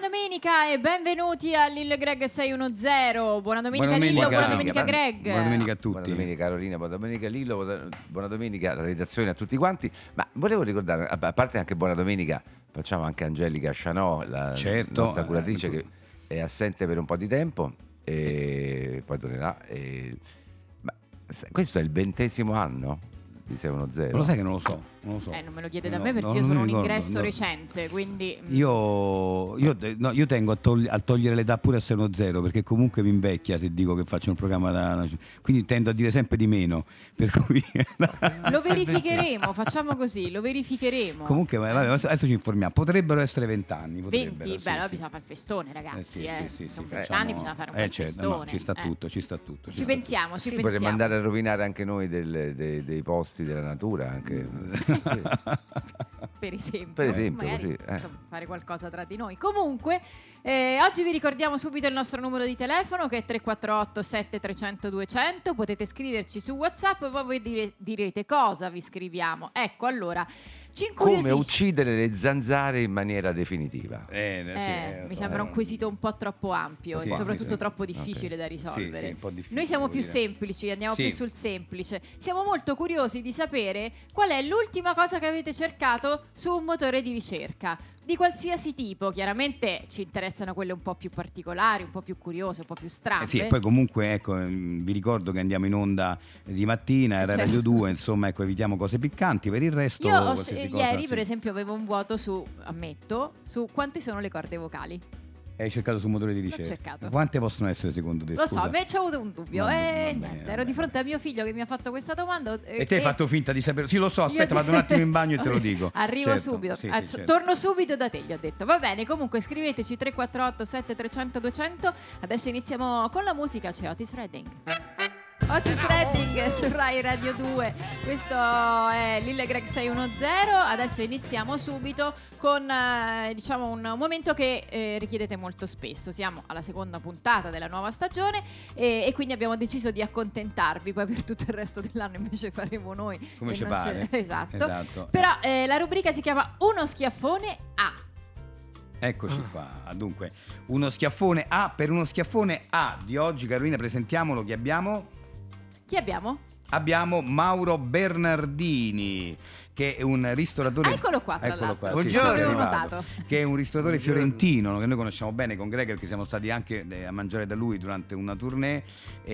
domenica e benvenuti a Lil Greg 610. Buona domenica Buona domenica, Lillo, buona Carlo. domenica Greg. Buona domenica a tutti. Buona domenica Carolina, buona domenica Lillo, buona, buona domenica alla redazione, a tutti quanti. Ma volevo ricordare, a a parte anche buona domenica, facciamo anche Angelica Chanò, la Certo. nostra curatrice Eh, che è assente per un po' di tempo e poi tornerà. e- Ma se- questo è il ventesimo anno di 610. Ma lo sai che non lo so, non lo so. Eh, non me lo chiede da No, me perché no, io non sono mi un ricordo, ingresso no. recente, quindi mm, Io, io, no, io tengo a, togli- a togliere l'età pure a 610 zero perché comunque mi invecchia se dico che faccio un programma da. Quindi tendo a dire sempre di meno. Per cui. lo verificheremo, facciamo così, lo verificheremo. Comunque, vabbè, vabbè, adesso ci informiamo. Potrebbero essere 20 anni. 20, potrebbero, beh, sì, allora sì. bisogna fare il festone, Eh, ragazzi. sì, eh. sì, sì, Se sì, Sono facciamo- vent'anni, bisogna fare un eh, bel certo, no, festone. ci sta eh. tutto, ci sta tutto. Ci sta tutto. pensiamo, ci Sì, pensiamo. potremmo andare a rovinare anche noi del- dei, dei posti della natura. Anche. Mm. Sì. per esempio, Per esempio, magari, così, eh. insomma, fare qualcosa tra di noi. Comunque, eh, oggi vi ricordiamo subito il nostro numero di telefono che è 348 7300 200, potete scriverci su WhatsApp e poi voi dire- direte cosa vi scriviamo. Ecco, allora, ci Come incuriosisce. uccidere le zanzare in maniera definitiva. Eh, Eh, sì, eh, lo mi so, sembra eh. un quesito un po' troppo ampio Sì, e sì, soprattutto sì. troppo Ok. difficile da risolvere. Sì, sì, un po' difficile, Noi siamo devo più dire. semplici, andiamo Sì. più sul semplice. Siamo molto curiosi di sapere qual è l'ultima cosa che avete cercato su un motore di ricerca. Di qualsiasi tipo, chiaramente ci interessano quelle un po' più particolari, un po' più curiose, un po' più strane. Eh sì, e poi comunque ecco, ehm, vi ricordo che andiamo in onda di mattina, era Certo. Radio 2, insomma ecco, evitiamo cose piccanti, per il resto... Io ho- qualsiasi cosa, ieri, sì. per esempio, avevo un vuoto su, ammetto, su quante sono le corde vocali. Hai cercato sul motore di L'ho ricerca? cercato. Quante possono essere secondo te? Lo so, Eh, scusa? beh, c'ho avuto un dubbio. Mamma- e mamma mia, niente, ero vabbè. di fronte a mio figlio che mi ha fatto questa domanda. eh, E te hai fatto finta di saperlo? Sì, lo so, aspetta, Io- vado un attimo in bagno e te lo dico. Arrivo Certo, subito, sì, sì, Ah, so- certo. torno subito da te, gli ho detto. Va bene, comunque scriveteci 348 7300 200. Adesso iniziamo con la musica, c'è Otis Redding. Otis Redding su Rai Radio 2. Questo è Lille Greg 610. Adesso iniziamo subito con eh, diciamo un momento che eh, richiedete molto spesso. Siamo alla seconda puntata della nuova stagione e, e quindi abbiamo deciso di accontentarvi, poi per tutto il resto dell'anno invece faremo noi Come e ci non ce- pare. Esatto. Esatto. Però eh, la rubrica si chiama Uno schiaffone a. Eccoci qua, dunque, uno schiaffone A, per uno schiaffone A di oggi Carolina presentiamolo, chi abbiamo? Chi abbiamo? Abbiamo Mauro Bernardini, che è un ristoratore. Ah, eccolo qua, tra l'altro. sì, sì, Buongiorno. è Avevo arrivato. notato. Che è un ristoratore Buongiorno. fiorentino che noi conosciamo bene con Greg perché siamo stati anche eh, a mangiare da lui durante una tournée.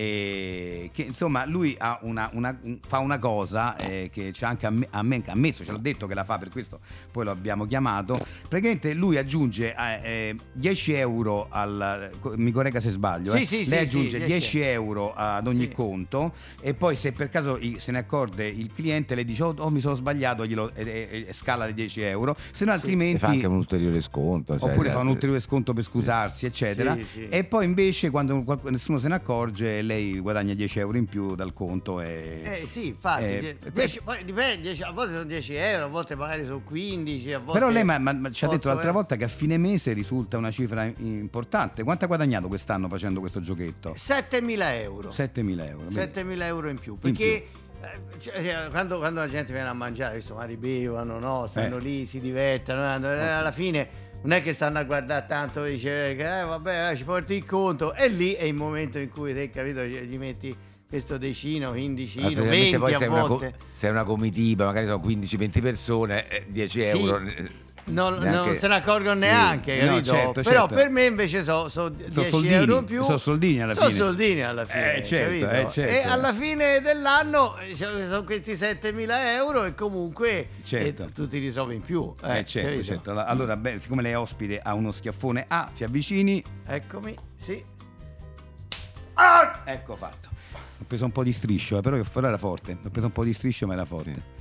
E che insomma lui ha una- una- un- fa una cosa eh, che ci ha anche amme- amme- ammesso, ce l'ha detto che la fa, per questo poi lo abbiamo chiamato. Praticamente lui aggiunge eh, eh, 10 euro al. co- Mi corregga se sbaglio. Sì, eh. sì, sì, Lei sì, aggiunge 10 10 euro ad ogni Sì. conto e poi se per caso i- se ne accorde il cliente le dice oh, oh, mi sono sbagliato glielo- e, e- e scala le 10 euro se no E altrimenti fa anche un ulteriore sconto. cioè, oppure da- fa un ulteriore sconto per scusarsi eccetera eh, Sì, sì. e poi invece quando qual- nessuno se ne accorge lei guadagna 10 euro in più dal conto e... Eh sì, infatti, Eh, die- que- dieci- poi dipende, dieci- a volte sono 10 euro, a volte magari sono 15, a volte però lei ma- ma- ma ci ha detto otto l'altra euro. volta che a fine mese risulta una cifra i- importante quanto ha guadagnato quest'anno facendo questo giochetto? 7.000 euro. 7.000 euro vedi? 7.000 euro in più In perché eh, cioè, eh, quando, quando la gente viene a mangiare insomma arrivano no? stanno Eh. lì si divertono eh, alla fine non è che stanno a guardare tanto e dice eh, che, eh, vabbè eh, ci porti il conto e lì è il momento in cui te capito gli gli metti questo decino quindicino Naturalmente 20 poi a sei una, co- volte sei una comitiva, magari sono 15-20 persone, eh, 10 Sì. euro. non, non se ne accorgono Sì. neanche No, capito? certo, però certo. per me invece sono 10 soldini, euro in più sono soldini alla Sono fine. soldini alla fine, Eh, certo, capito? eh, certo. e alla fine dell'anno eh, cioè, sono questi 7.000 euro e comunque Certo. eh, tu ti ritrovi in più Eh, eh, certo, capito? certo. Allora, Allora, beh, siccome lei è ospite ha uno schiaffone A, ti avvicini, eccomi sì ecco fatto. Ho preso un po' di striscio, eh, però ora era forte. Ho preso un po' di striscio, ma era forte. Eh,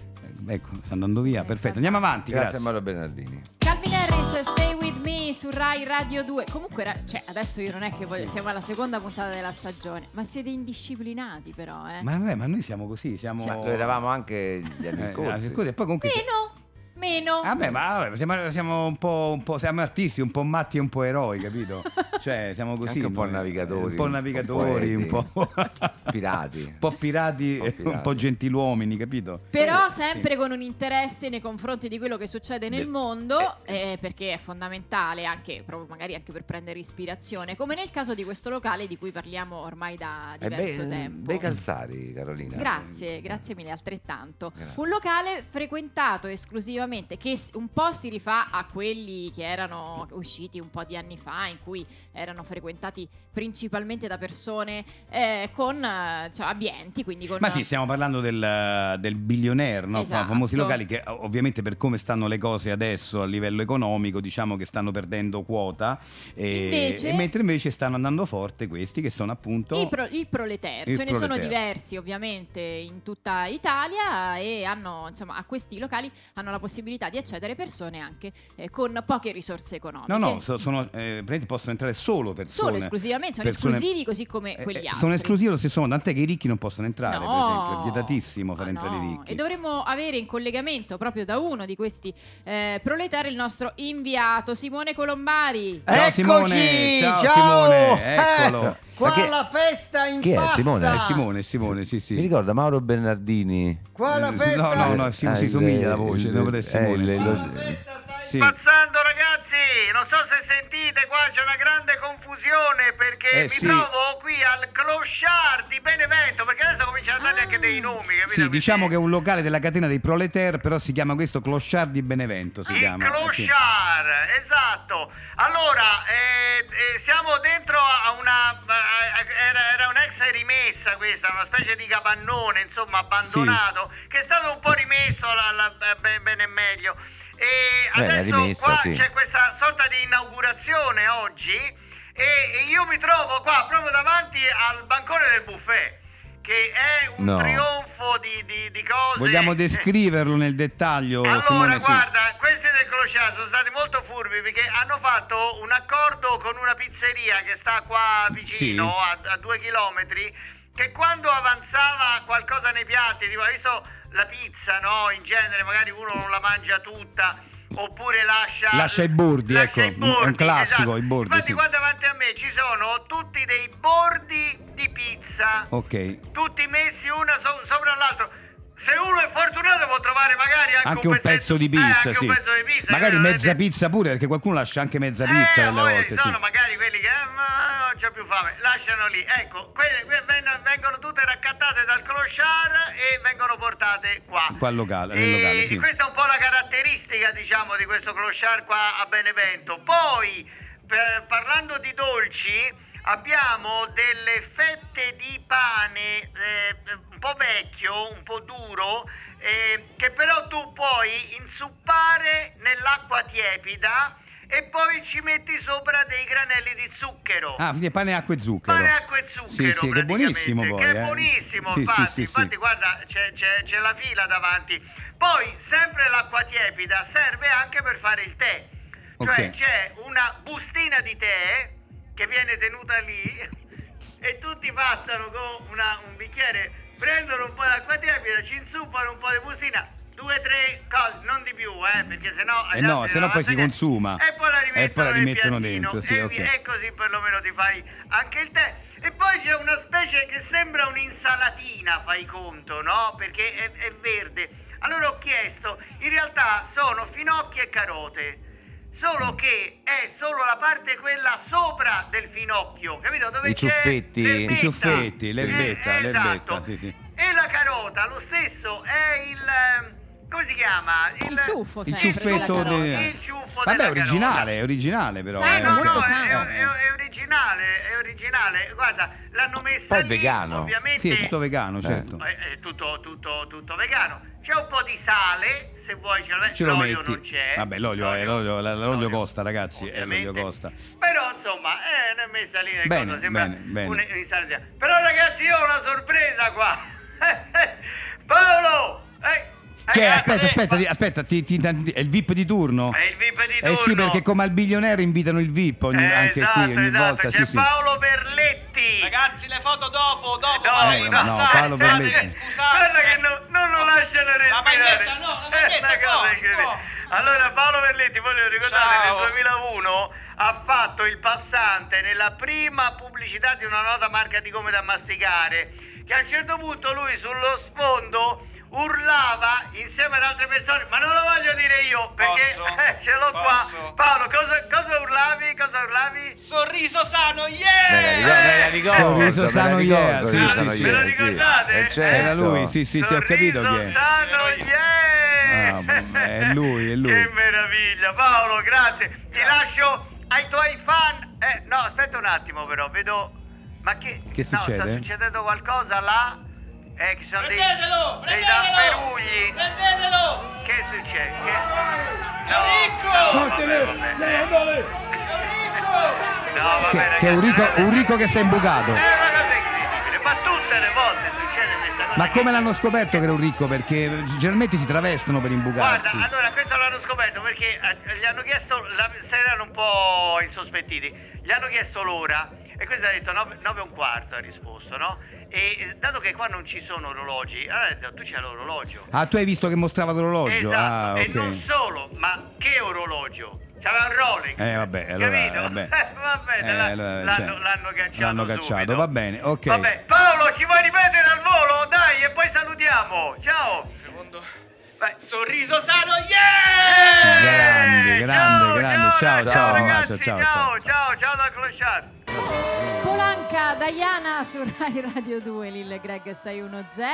Ecco, sta andando via, Sì, perfetto. sta- Andiamo avanti, Grazie, grazie. a Mauro Bernardini. Calvin Harris, Stay With Me su Rai Radio 2. Comunque, ra- cioè, adesso io non è che voglio, siamo alla seconda puntata della stagione, ma siete indisciplinati però, eh. Cioè, Ma, vabbè, ma noi siamo così, siamo... Ma lo Oh. eravamo anche gli anni Eh, scorsi. scusa, e poi comunque... Meno! Meno. Ah beh, ma vabbè, siamo, siamo un, po', un po'- siamo artisti, un po' matti e un po' eroi, capito? Cioè, siamo così. Anche un po' noi. navigatori, Un po' un po' navigatori, un po', Pirati. un po' pirati, e un po' gentiluomini, capito? Però Eh, sempre con un interesse nei confronti di quello che succede nel Beh, mondo, eh, perché è fondamentale anche, proprio magari anche per prendere ispirazione, come nel caso di questo locale di cui parliamo ormai da Eh, diverso bei- tempo. Bei calzari, Carolina. Grazie, grazie mille, altrettanto. Grazie. Un locale frequentato esclusivamente, che s- un po' si rifà a quelli che erano usciti un po' di anni fa, in cui erano frequentati principalmente da persone eh, con eh, cioè, abbienti, quindi con Ma sì, stiamo parlando del, del billionaire, no? Esatto. famosi locali che ovviamente per come stanno le cose adesso a livello economico diciamo che stanno perdendo quota e, Invece- e mentre invece stanno andando forte questi che sono appunto... I pro- il proletär, Il ce ne sono proletär. diversi ovviamente in tutta Italia e hanno, insomma, a questi locali hanno la possibilità di accedere persone anche eh, con poche risorse economiche. No, no, so- sono, eh, praticamente possono entrare solo persone. Solo esclusivamente, sono persone- esclusivi così come Eh, quelli eh, altri. Sono esclusivi lo stesso modo, tant'è che i ricchi non possono entrare, per esempio, è vietatissimo far Ah, entrare no. i ricchi. E dovremmo avere in collegamento proprio da uno di questi eh, proletari il nostro inviato Simone Colombari. Ciao, Eccoci! Simone, ciao, Simone, eccolo. Eh, qua Ma che- la festa in chi è, pazza! Simone? Eh, Simone, Simone, sì, sì. Mi ricorda Mauro Bernardini. Qua la Eh, festa! No, no, no, si, Ah, si il- somiglia la voce, il- devo dire eh, Simone. il- sì. lo- La festa sta Sì. impazzando, ragazzi! Non so se sentite, qua c'è una grande confusione perché Eh, mi sì. trovo qui al Clochard di Benevento, perché adesso cominciano a dare anche dei nomi, capito? Sì, diciamo che è un locale della catena dei proletar, però si chiama questo Clochard di Benevento, si Il chiama. eh, sì. Mm, clochard, esatto. Allora, eh, eh, siamo dentro a una... eh, era, era un'ex rimessa questa, una specie di capannone, insomma, abbandonato, che è stato un po' rimesso alla, alla- be- bene e meglio. E Beh, adesso Eh, rimessa, qua sì. c'è questa sorta di inaugurazione oggi e io mi trovo qua proprio davanti al bancone del buffet, che è un No. trionfo di, di- di cose... Vogliamo descrivere descriverlo nel dettaglio, allora, Simone? sì. guarda, questi del Crociato sono stati molto furbi perché hanno fatto un accordo con una pizzeria che sta qua vicino, a, a due chilometri, che quando avanzava qualcosa nei piatti, tipo, hai visto la pizza, no? In genere magari uno non la mangia tutta, oppure lascia... Lascia i bordi, lascia ecco, i bordi, è un classico, esatto. i bordi, Infatti sì. qua davanti a me ci sono tutti dei bordi di pizza Ok, tutti messi uno so- sopra l'altro. Se uno è fortunato può trovare magari anche, anche un pezzo di eh, pizza, anche sì. un pezzo di pizza, Magari eh, mezza veramente. pizza pure, perché qualcuno lascia anche mezza Eh, pizza delle poi volte, ci sono sì. magari quelli che "Eh, ma non c'ho più fame, lasciano lì. Ecco, quelle, que- ven- vengono tutte raccattate dal clochard e vengono portate qua. Qua al locale, nel E locale, sì. Questa è un po' la caratteristica, diciamo, di questo clochard qua a Benevento. Poi, per- parlando di dolci, abbiamo delle fette di pane eh, un po' vecchio, un po' duro, eh, che però tu puoi inzuppare nell'acqua tiepida e poi ci metti sopra dei granelli di zucchero. Ah, quindi è pane, acqua e zucchero. Pane, acqua e zucchero. Sì, sì, che è praticamente, buonissimo poi. Che è eh. buonissimo, Sì, infatti. sì, sì, sì. infatti, guarda, c'è, c'è- c'è la fila davanti. Poi, sempre l'acqua tiepida serve anche per fare il tè. Cioè, Ok. c'è una bustina di tè che viene tenuta lì e tutti passano con una- un bicchiere, prendono un po' d'acqua tiepida, ci inzuppano un po' di bustina. Due, tre cose, non di più, eh, perché sennò... agli Eh no, altri sennò non poi si avanza niente. consuma. E poi la rimettono, E poi la nel rimettono piantino, dentro, sì, e ok. vi- e così perlomeno ti fai anche il tè. E poi c'è una specie che sembra un'insalatina, fai conto, no? Perché è, è verde. Allora ho chiesto, in realtà sono finocchi e carote. Solo che è solo la parte quella sopra del finocchio, capito? Dove I c'è ciuffetti. l'erbetta. I ciuffetti, l'erbetta, Eh, l'erbetta, esatto. sì, sì. E la carota, lo stesso, è il... ehm, come si chiama? Il ciuffo Il sempre. ciuffetto della carota. de- Il ciuffo Vabbè, della è originale, è originale però. Sai, eh, ma no, molto no, ok. sano. È, è- è originale, è originale. Guarda, l'hanno messa Poi è lì, vegano. Ovviamente Sì, è tutto vegano, Eh. certo. eh, è tutto, tutto- tutto vegano. C'è un po' di sale, se vuoi ce lo, Ce lo l'olio metti. non c'è. Vabbè, l'olio, è- l'olio- la- l'olio costa, ragazzi, è l'olio ovviamente. costa. Però insomma, eh, è una messa lì nel Bene, coso, sembra bene, bene. un- un'insalatina. Però ragazzi, io ho una sorpresa qua. Paolo! eh, Che eh, aspetta, eh, aspetta, ma- ti- aspetta, ti- ti- ti- è il VIP di turno? È il VIP di Eh sì, turno. perché come al bilionario invitano il VIP ogni- Eh, anche esatto, qui ogni esatto. volta. C'è sì, sì. Paolo Berletti. Ragazzi, le foto dopo, dopo. No, ma- eh, no, no, Paolo Scusate, Perletti. Guarda Scusate. che no- non lo lasciano La respirare. maglietta, no, la È maglietta, una cosa no, incredibile. no. Allora Paolo Verletti, voglio ricordare, Ciao. nel 2001 ha fatto il passante nella prima pubblicità di una nota marca di come da masticare, che a un certo punto lui sullo sfondo urlava insieme ad altre persone, ma non lo voglio dire io, perché Posso? eh, ce l'ho qua. Posso? Paolo, cosa, cosa urlavi? Cosa urlavi? Sorriso sano, yeah! Me la ricordo, me la ricordo, Sorriso me la sano, ricordo, yeah, sorriso sì, sì, sano, sì. yeah, Ve lo ricordate? eh, Era certo. Era lui, sì, sì, sì, ho capito chi è. Sano, yeah! Ah, è lui, è lui. Che meraviglia, Paolo, grazie. Ti lascio ai tuoi fan. Eh, no, aspetta un attimo però, vedo... Ma che... Che no, succede? sta succedendo qualcosa là? Eh, che sono dei... Prendetelo, dei prendetelo! damperugli. Prendetelo! Che succede? Che... Enrico! No, vabbè, vabbè. Enrico! No, vabbè, Che, ragazzi, che è un rico, veramente- un rico che si è imbucato. È una cosa incredibile, ma tutte le volte succede questa cosa. Ma che- come l'hanno scoperto che era un ricco? Perché generalmente si travestono per Guarda, imbucarsi. allora questo l'hanno scoperto perché eh, gli hanno chiesto, la, se erano un po' insospettiti, gli hanno chiesto l'ora e questo ha detto 9 e un quarto ha risposto, no? E eh, dato che qua non ci sono orologi, allora ha detto tu c'hai l'orologio. Ah, tu hai visto che mostrava l'orologio? Esatto, Ah, e non ok. solo, ma che orologio? C'aveva un Rolex. Eh, vabbè, allora, Capito? vabbè. Eh, vabbè, Eh, la- allora, l'hanno, cioè, l'hanno cacciato. l'hanno cacciato, subito. va bene, ok. Vabbè, Paolo, ci vuoi ripetere al volo? Dai, e poi salutiamo. Ciao. Secondo. Vai. Sorriso sano, yeah! Grande, grande, grande. Eh, Ciao, ciao, ciao, ragazzi, Marcia, ciao, ciao, ciao. ciao, ciao da Clochard. Polanca, Diana su Rai Radio 2, Lille Greg 610.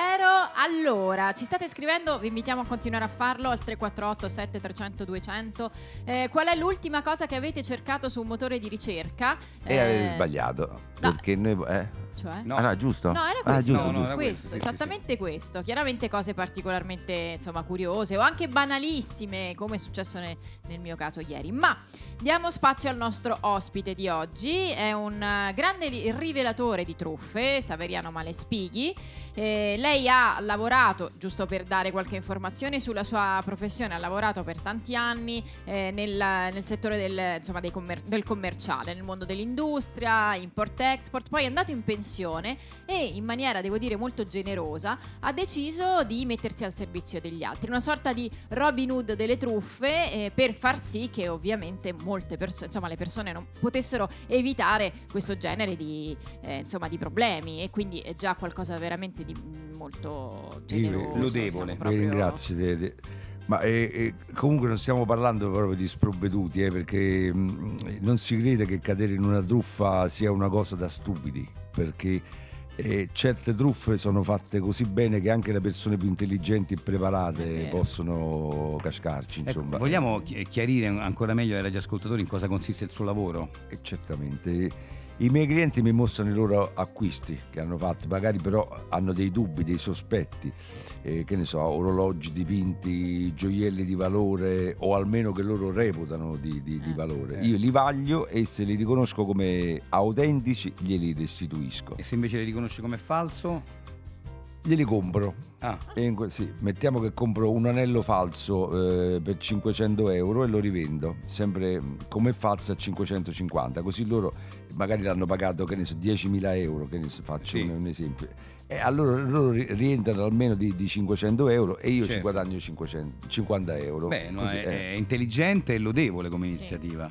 Allora, ci state scrivendo, vi invitiamo a continuare a farlo al 348 7300 200. Eh, qual è l'ultima cosa che avete cercato su un motore di ricerca? E Eh, avete sbagliato. no. Perché noi. Eh? Cioè? No. Ah, no, giusto? No, era Ah, questo, giusto, No, no, giusto. era- questo, questo, sì, esattamente questo. Chiaramente cose particolarmente insomma, curiose o anche banalissime, come è successo ne- nel mio caso ieri. Ma diamo spazio al nostro ospite di oggi, è un eh, grande li- rivelatore di truffe, Saveriano Malespighi. Eh, lei ha lavorato, giusto per dare qualche informazione sulla sua professione, ha lavorato per tanti anni eh, nel, nel settore del, insomma, dei commer- del commerciale, nel mondo dell'industria, import-export, poi è andato in pensione e in maniera, devo dire, molto generosa ha deciso di mettersi al servizio degli altri, una sorta di Robin Hood delle truffe eh, per far sì che ovviamente molte persone, insomma le persone non potessero evitare questo genere di, eh, insomma, di problemi e quindi è già qualcosa veramente di mm, eh, molto Io vi- generoso. lodevole. siamo Vi Vi proprio- ringrazio. de- de- Ma eh, eh, comunque non stiamo parlando proprio di sprovveduti, eh, perché mh, non si crede che cadere in una truffa sia una cosa da stupidi, perché eh, certe truffe sono fatte così bene che anche le persone più intelligenti e È preparate vero. possono cascarci. Ecco, Insomma. eh. vogliamo chi- chiarire ancora meglio ai radioascoltatori in cosa consiste il suo lavoro? Eh, certamente. I miei clienti mi mostrano i loro acquisti che hanno fatto, magari però hanno dei dubbi, dei sospetti, eh, che ne so, orologi dipinti, gioielli di valore o almeno che loro reputano di, di- di Eh. valore. Eh. Io li vaglio e se li riconosco come autentici glieli restituisco. E se invece le riconosci come falso? Glieli compro. Ah, E in que- sì, mettiamo che compro un anello falso eh, per 500 euro e lo rivendo sempre mm, come falso a 550 così loro magari l'hanno pagato che ne so, 10.000 euro che ne so, faccio Sì. un, un esempio e allora loro ri- rientrano almeno di, di 500 euro e io ci Certo. guadagno 500 50 euro beh, no, Così, è, eh. è intelligente e lodevole come Sì. iniziativa.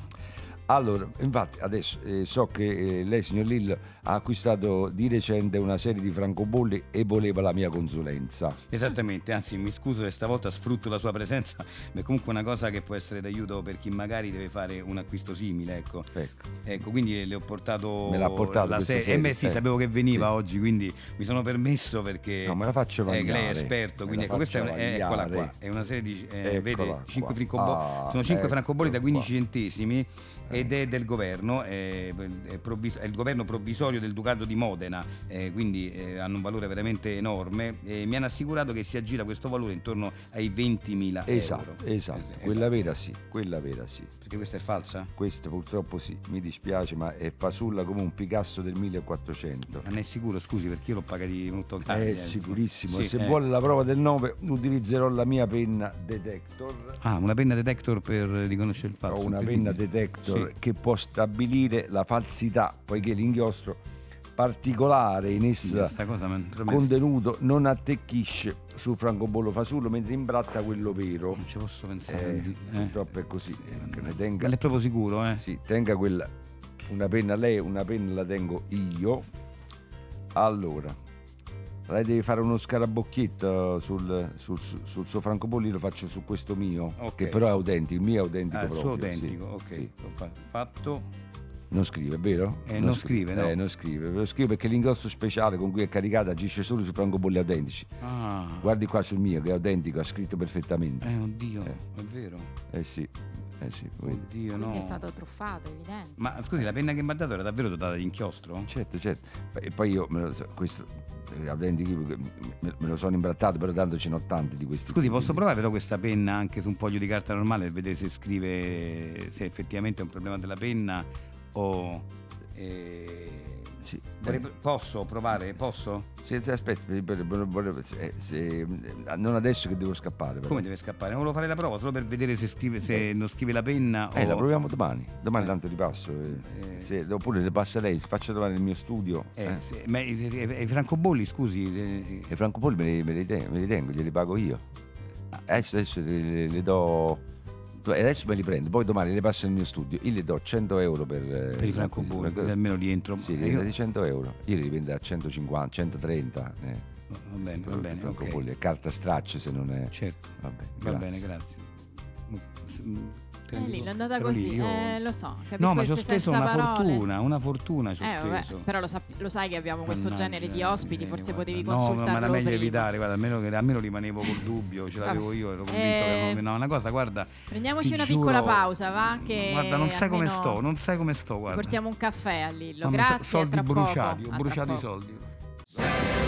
Allora, infatti adesso eh, so che eh, lei, signor Lillo, ha acquistato di recente una serie di francobolli e voleva la mia consulenza. Esattamente, anzi mi scuso se stavolta sfrutto la sua presenza, ma è comunque una cosa che può essere d'aiuto per chi magari deve fare un acquisto simile, ecco. Ecco. Ecco, quindi le ho portato Me l'ha portato la questa serie. serie, Eh, beh, sì, eh. sapevo che veniva Sì. oggi, quindi mi sono permesso perché No, me la faccio eh, che lei è vagliare. esperto, Me quindi la ecco, questa è, faccio un- eh, eccola vagliare. qua, è una serie di eh, Eccola vede, qua. cinque francobolli, Ah, sono 5 ecco francobolli da 15 qua. Ecco. centesimi ed è del governo, eh, è, provvis- è il governo provvisorio del Ducato di Modena, eh, quindi eh, hanno un valore veramente enorme e mi hanno assicurato che si aggira questo valore intorno ai 20.000 euro. Esatto, esatto, Eh, quella vera sì, quella vera sì. Perché questa è falsa? Questa purtroppo sì, mi dispiace, ma è fasulla come un Picasso del 1400. Ma ne è sicuro, scusi, perché io l'ho pagati molto caro. È eh, sicurissimo, sì, se eh. vuole la prova del 9 utilizzerò la mia penna detector. Ah, una penna detector per riconoscere il falso. Ho una penna incredibile. detector Ah, Sì. che può stabilire la falsità, poiché l'inchiostro particolare in essa Questa cosa mi- veramente- contenuto non attecchisce sul francobollo fasullo mentre imbratta quello vero. Non ci posso pensare. Eh, di- eh, purtroppo è così. sì, eh, che ma- ne tenga, ma è proprio sicuro, eh? sì, tenga quella. Una penna lei, una penna la tengo io. Allora, lei deve fare uno scarabocchietto sul, sul, sul suo francobollo, lo faccio su questo mio, Ok. che però è autentico, il mio è autentico Ah, il proprio. suo sì, autentico, ok. sì. Ho fa- fatto. Non scrive, vero? Eh, non scrive, no. Eh, non scrive. Lo scrive perché l'ingrosso speciale con cui è caricata agisce solo su francobolli autentici. Ah, Guardi qua sul mio, che è autentico, ha scritto perfettamente. eh, oddio, Eh. è vero. Eh sì, eh sì, vedi. Oddio, no. Quindi è stato truffato, evidente. Ma scusi, la penna che mi ha dato era davvero dotata di inchiostro? Certo, certo. E poi io, me lo so- questo, eh, autentico, me, me lo sono imbrattato, però tanto ce n'ho tanti di questi. Scusi, qui, posso quindi- provare però questa penna anche su un foglio di carta normale e vedere se scrive se effettivamente è un problema della penna o. eh, Sì. vorrei- posso provare? Posso? Sì, sì, aspetta, per- per- per- per- eh, se- eh, non adesso che devo scappare. Però. Come deve scappare? Volevo fare la prova solo per vedere se, scrive, se non scrive la penna o. Eh, la proviamo domani. Domani Oh. Eh. tanto ripasso. eh. Eh. Se- oppure se passa lei, faccio domani nel mio studio. Eh, eh. se- ma i, i- i francobolli, scusi. eh, E Franco Poli me li, me li te- me li tengo, glieli pago io. Eh, Adesso, adesso le, le do. e Adesso me li prendo, poi domani le passo nel mio studio. Io le do 100 euro per, eh, Per i francobolli, così almeno rientro. Sì, Eh, le io- do 100 euro. Io li vendo a 150, 130. eh. Va bene, va Per- per bene. ok. francobolli, è carta straccia se non è. Certo. Va bene, Va grazie. bene, grazie. Mm, S- m- te Eh, lo lì, dico- l'ho andata te lo dico così, io. eh, lo so, capisco No, ma che ci ho sei speso senza una parole. fortuna, una fortuna ci ho Eh, vabbè, speso. però lo, sapp- lo sai che abbiamo questo Mannaggia, genere di la ospiti, miseria, forse guarda. potevi No, ma era consultarlo meglio prima. evitare, guarda, almeno, che- almeno rimanevo col dubbio, ce l'avevo Vabbè. io, ero convinto Eh, che era una cosa, guarda. Prendiamoci ti una piccola giuro- pausa, va? Che Guarda, non sai come almeno sto, non sai come sto, guarda. Portiamo un caffè a Lillo. Mamma, Grazie, a soldi tra poco. bruciati, A ho tra bruciato i poco. soldi.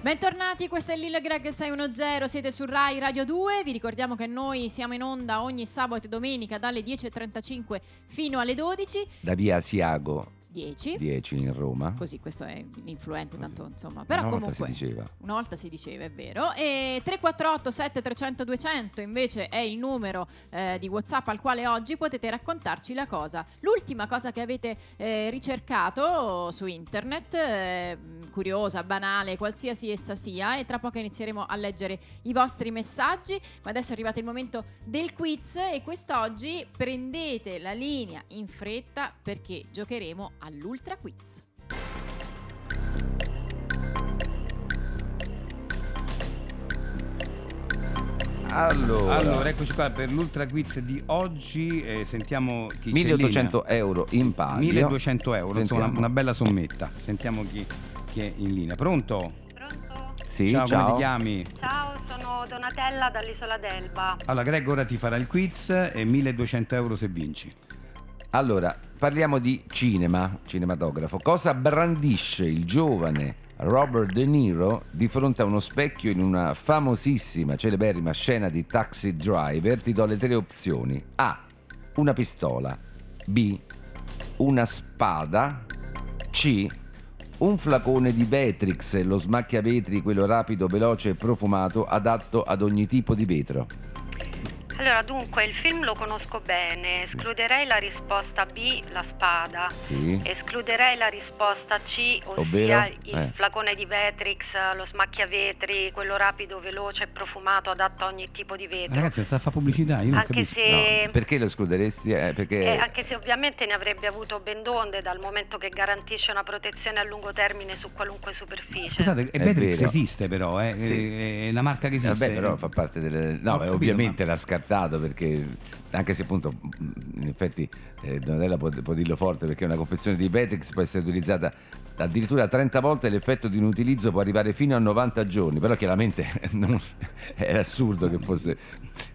Bentornati, questo è Lil Greg 610, siete su Rai Radio 2, vi ricordiamo che noi siamo in onda ogni sabato e domenica dalle 10.35 fino alle 12, Da via Asiago 10, 10 in Roma. così questo è l'influente tanto insomma, però Una volta comunque... si diceva. Una volta si diceva, è vero. E 348 7300 200 invece è il numero eh, di WhatsApp al quale oggi potete raccontarci la cosa. L'ultima cosa che avete eh, ricercato su internet, eh, curiosa, banale, qualsiasi essa sia, e tra poco inizieremo a leggere i vostri messaggi. Ma adesso è arrivato il momento del quiz e quest'oggi prendete la linea in fretta perché giocheremo all'Ultra Quiz. Allora, Allora, eccoci qua per l'ultra quiz di oggi, eh, sentiamo chi c'è in linea. 1800 euro in palio. 1200 euro, insomma, Sentiamo. una, una bella sommetta. Sentiamo chi, chi è in linea. Pronto? Pronto? Sì, ciao, ciao. come ti chiami? Ciao, sono Donatella dall'isola d'Elba. Allora, Greg ora ti farà il quiz e 1200 euro se vinci. Allora, parliamo di cinema, cinematografo. Cosa brandisce il giovane Robert De Niro di fronte a uno specchio in una famosissima, celeberrima scena di Taxi Driver? Ti do le tre opzioni. A. Una pistola. B. Una spada. C. Un flacone di Vetrix, lo smacchiavetri, quello rapido, veloce e profumato, adatto ad ogni tipo di vetro. Allora, dunque, il film lo conosco bene. Escluderei la risposta B, la spada. Sì. Eh, Escluderei la risposta C, ossia Ovvero? il Eh. flacone di Vetrix, lo smacchiavetri, quello rapido, veloce e profumato adatto a ogni tipo di vetro. Ragazzi, sta a fare pubblicità, io non Anche capisco. se... No, perché lo escluderesti? Eh, perché... Eh, anche se ovviamente ne avrebbe avuto ben donde dal momento che garantisce una protezione a lungo termine su qualunque superficie. Scusate, È e Beatrix vero. esiste però, eh, Sì. è- è una marca che esiste. Eh, Vabbè, però fa parte delle. Ho No, beh, capito, ovviamente ma- l'ha scartato perché, anche se appunto, mh, in effetti, eh, Donatella può, può dirlo forte perché una confezione di Betex può essere utilizzata addirittura 30 volte l'effetto di un utilizzo può arrivare fino a 90 giorni, però chiaramente non- era assurdo che fosse,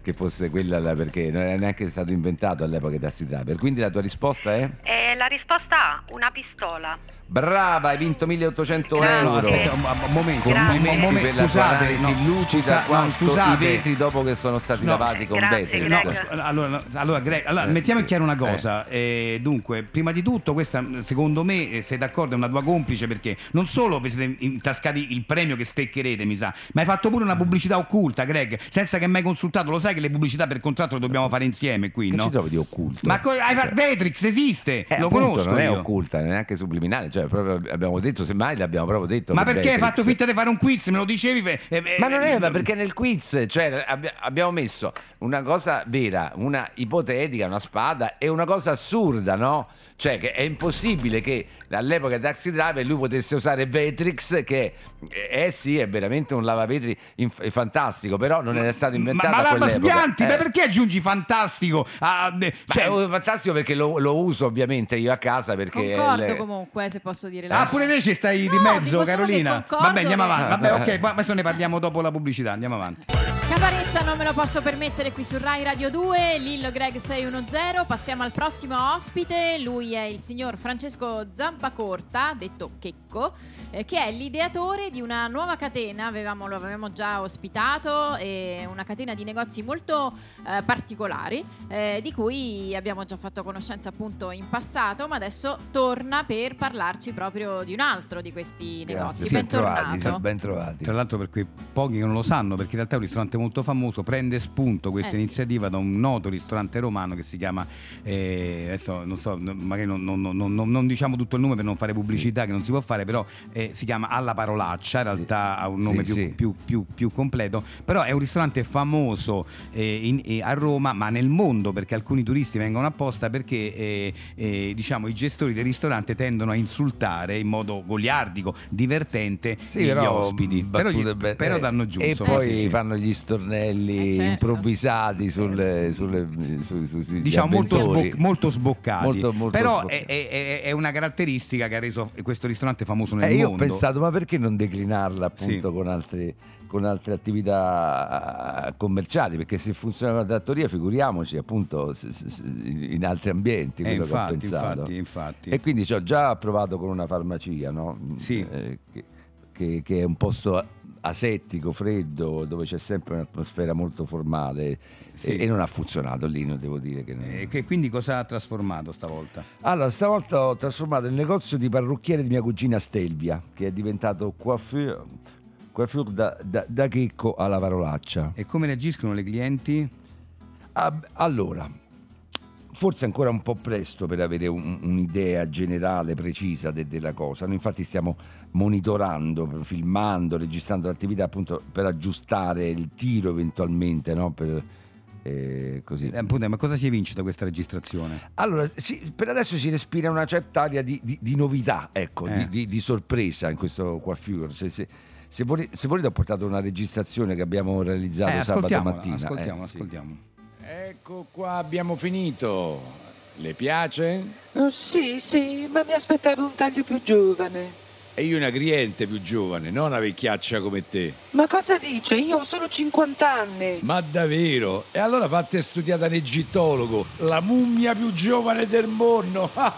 che fosse quella la- perché non era neanche stato inventato all'epoca da Driver. Quindi la tua risposta è? Eh, la risposta A, una pistola. Brava, hai vinto 1800 Grazie. No, euro. aspetta, un- un momento, Grazie. un Complimenti momento, per la tua scusate, analisi no, lucida scusa- no, quanto i scusate. vetri dopo che sono stati No, lavati con Grazie, Grazie, No, Greg. Greg. scu- Eh, allora, no, allora, Greg, allora, Ecco. Eh, mettiamo in chiaro una eh. cosa. eh, dunque, prima di tutto, questa secondo me, eh, sei d'accordo, è una tua complice perché non solo vi siete intascati il premio che steccherete, mi sa, ma hai fatto pure Mm. una pubblicità occulta, Greg, senza che mai consultato. Lo sai che le pubblicità per contratto le dobbiamo fare insieme qui, Che no? ci trovi di occulto? Ma co- hai fa- Cioè- Vetrix esiste, Eh, lo appunto, conosco. Non è io. occulta, non è neanche subliminale. Cioè, proprio abbiamo detto, semmai l'abbiamo proprio detto. Ma che perché hai Beatrix- fatto finta di fare un quiz? Me lo dicevi? fe- eh, eh, Ma non eh, è, ma perché nel quiz cioè, abbi- abbiamo messo una cosa vera, una ipotetica, una spada e una cosa assurda, no? Cioè che è impossibile che all'epoca di Taxi Driver lui potesse usare Beatrix che eh eh sì è veramente un lavavetri inf- fantastico, però non era stato inventato ma, ma a l'alba quell'epoca. sbianti, ma Eh. perché aggiungi fantastico? a- a- Ma cioè, è un- fantastico perché lo, lo uso ovviamente io a casa perché... è Concordo le- comunque, se posso dire la Ah, mia. pure te ci stai di No, mezzo, dico solo che Carolina. concordo Vabbè, andiamo che- avanti. Vabbè, ok, poi adesso ne parliamo dopo la pubblicità. Andiamo avanti. Caparezza non me lo posso permettere qui su Rai Radio 2, Lillo Greg 610, passiamo al prossimo ospite, lui è il signor Francesco Zampacorta, detto Checco, eh, che è l'ideatore di una nuova catena, avevamo- lo avevamo già ospitato, è una catena di negozi molto eh, particolari, eh, di cui abbiamo già fatto conoscenza appunto in passato, ma adesso torna per parlarci proprio di un altro di questi negozi. ben trovati, Bentornato. ben trovati. Tra l'altro, per quei pochi che non lo sanno, perché in realtà è un ristorante molto famoso, prende spunto questa Eh sì. iniziativa da un noto ristorante romano che si chiama. eh, adesso non so, no- magari non, non- non- non- non diciamo tutto il nome per non fare pubblicità che non si può fare, però eh, si chiama Alla Parolaccia. In realtà ha un nome Sì, più, sì. più- più- più completo. Però è un ristorante famoso eh, in- eh, a Roma, ma nel mondo, perché alcuni turisti vengono apposta perché eh, eh, diciamo, i gestori del ristorante tendono a insultare in modo goliardico, divertente Sì, gli però, ospiti. mh, Però, gli- battute be- però eh, danno giù. E insomma. poi Sì, sì. fanno gli stornelli Eh, certo. improvvisati sulle, sulle, su- su- sugli Diciamo molto, avventori. sbo- molto sboccati, Molto- molto però sboccati. È, è- è una caratteristica che ha reso questo ristorante famoso nel Eh, io ho mondo. pensato, ma perché non declinarla appunto Sì. con, altre, con altre attività eh, commerciali? Perché se funziona una trattoria, figuriamoci appunto s- s- s- in altri ambienti, Eh, quello infatti, che ho pensato. infatti, infatti. E quindi ci ho già provato con una farmacia, no? Sì. Eh, che, che- che è un posto a- asettico, freddo, dove c'è sempre un'atmosfera molto formale Sì. e, e non ha funzionato lì, non devo dire che non... Eh, che quindi cosa ha trasformato stavolta? Allora, stavolta ho trasformato il negozio di parrucchiere di mia cugina Stelvia, che è diventato coiffure, coiffure da, da- da checco alla parolaccia. E come reagiscono le clienti? Ah, allora, forse è ancora un po' presto per avere un- un'idea generale, precisa de- della cosa. Noi infatti stiamo monitorando, filmando, registrando l'attività appunto per aggiustare il tiro eventualmente, no? Per, eh, così. Eh, appunto, ma cosa si vince da questa registrazione? Allora, sì, per adesso si respira una certa aria di, di- di novità, ecco, Eh. di, di- di sorpresa in questo qua Fior. Se, se- se vole- se volete ho portato una registrazione che abbiamo realizzato Eh, sabato ascoltiamola, mattina. ascoltiamo, eh, sì. ascoltiamo. Ecco qua abbiamo finito. Le piace? Oh, sì, sì, ma mi aspettavo un taglio più giovane. E io una cliente più giovane, non una vecchiaccia come te. Ma cosa dice? Io ho solo 50 anni. Ma davvero? E allora fate studiata l'egittologo, la mummia più giovane del mondo. Ma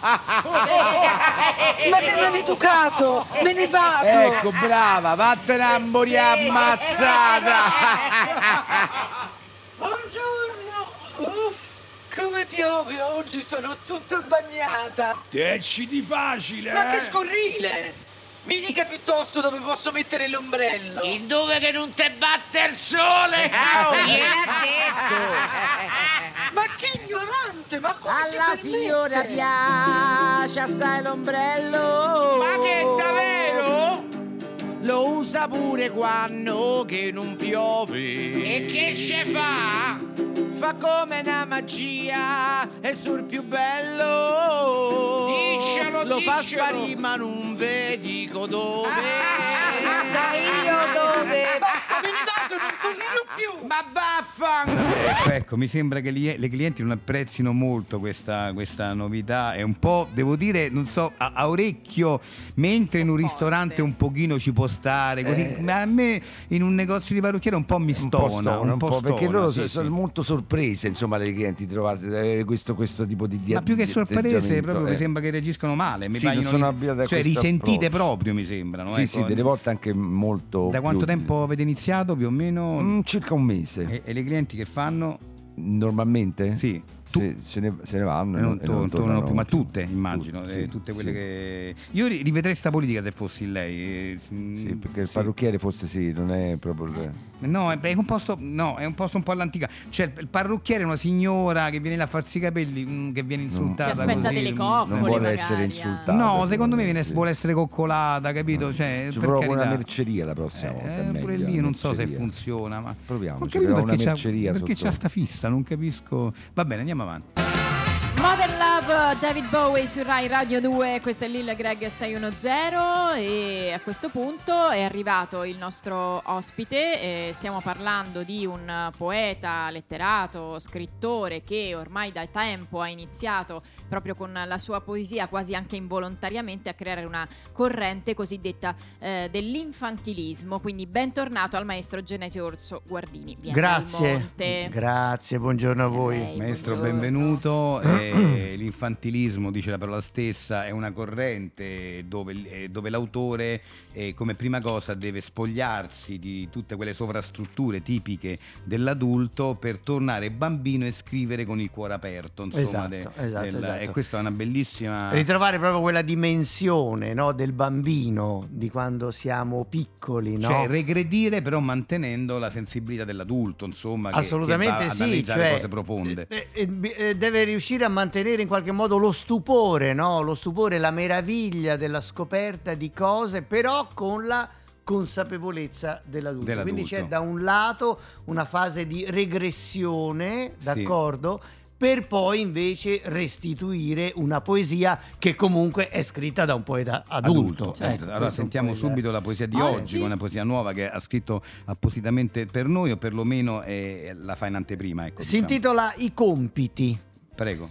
che maleducato! Me ne vado! ecco, brava, vattene a morire ammazzata. Buongiorno! Uff, come piove oggi, sono tutta bagnata! Te esci di facile. Ma che eh? scorrile! Mi dica piuttosto dove posso mettere l'ombrello! Dove che non te batte Eh, il sole? Ma che ignorante! Ma come si Alla permette? signora piace assai l'ombrello. Ma che davvero? Oh. Lo usa pure quando che non piove. E che ce fa? Fa come una magia e sul più bello. Diccelo, Lo fa sparire ma non ve dico dove. Sai io dove. Ma me ne vado, non tornerò più! Ma vaffanculo. Ecco, ecco, mi sembra che li- le clienti non apprezzino molto questa, questa novità. È un po', devo dire, non so, a, a orecchio, mentre in un Forte. ristorante un pochino ci può stare, così, ma a me in un negozio di parrucchiere un po' mi Un stona. po' stona, un po', perché stona, loro sì, so- sono sì. molto sorprese, insomma, le clienti di trovarsi eh, questo, questo tipo di eh. Ma dialogo. più che sorprese, proprio mi sembra che reagiscono male. Mi Sì, paiono non sono ris- abituati a cioè, questo risentite approccio. proprio, mi sembrano. Sì, ecco. sì, delle volte anche molto. Da quanto più- tempo avete iniziato più o meno? Mm, circa un mese. E, e le clienti che fanno? normalmente? Sì. Se, se ne, se ne vanno. e Non non- e to- tornano non tornano più, ma tutte immagino, Tutte, sì, eh, tutte quelle sì. che... Io ri- rivedrei sta politica se fossi lei. eh, mm, Sì, perché il parrucchiere forse sì, non è proprio... il- No, è, è un posto, no, è un posto un po' all'antica. Cioè, il parrucchiere è una signora che viene là a farsi i capelli, mm, che viene insultata. Si aspetta così, delle mm, coccole, Non vuole essere eh. insultato. No, secondo me viene- vuole essere coccolata, capito? Cioè, Ci per provo con carità. una merceria la prossima volta. è Eh, pure meglio, lì la non so se merceria. funziona, ma Proviamoci, non capito però una perché, c'ha, merceria perché sotto- c'ha sta fissa, non capisco. Va bene, andiamo avanti. Mother Love David Bowie su Rai Radio 2, questo è Lil Greg 610 e a questo punto è arrivato il nostro ospite, eh, stiamo parlando di un poeta, letterato, scrittore che ormai da tempo ha iniziato proprio con la sua poesia quasi anche involontariamente a creare una corrente cosiddetta eh, dell'infantilismo, quindi bentornato al maestro Genesio Orso Guardini. Viene dal Grazie, monte. grazie, buongiorno a voi. Maestro, benvenuto. Eh, l'infantilismo, dice la parola stessa, è una corrente dove, eh, dove l'autore, eh, come prima cosa, deve spogliarsi di tutte quelle sovrastrutture tipiche dell'adulto per tornare bambino e scrivere con il cuore aperto. Insomma, Esatto, de- esatto, esatto. E questa è una bellissima. Ah. Ritrovare proprio quella dimensione no, del bambino di quando siamo piccoli, no? Cioè, regredire però mantenendo la sensibilità dell'adulto, insomma, che- Assolutamente che va ad sì, analizzare cioè, cose profonde. eh, eh, bi- eh, deve riuscire a mantenere in qualche modo lo stupore, no? lo stupore, la meraviglia della scoperta di cose, però con la consapevolezza dell'adulto. Dell'adulto. Quindi c'è da un lato una fase di regressione, Sì. d'accordo? Per poi invece restituire una poesia che comunque è scritta da un poeta adulto. certo. Ecco, allora questo è un po' sentiamo il- Ah, subito la poesia di Oggi- oggi, con una poesia nuova che ha scritto appositamente per noi, o perlomeno eh, la fa in anteprima. Ecco, Si diciamo. intitola I compiti. Prego.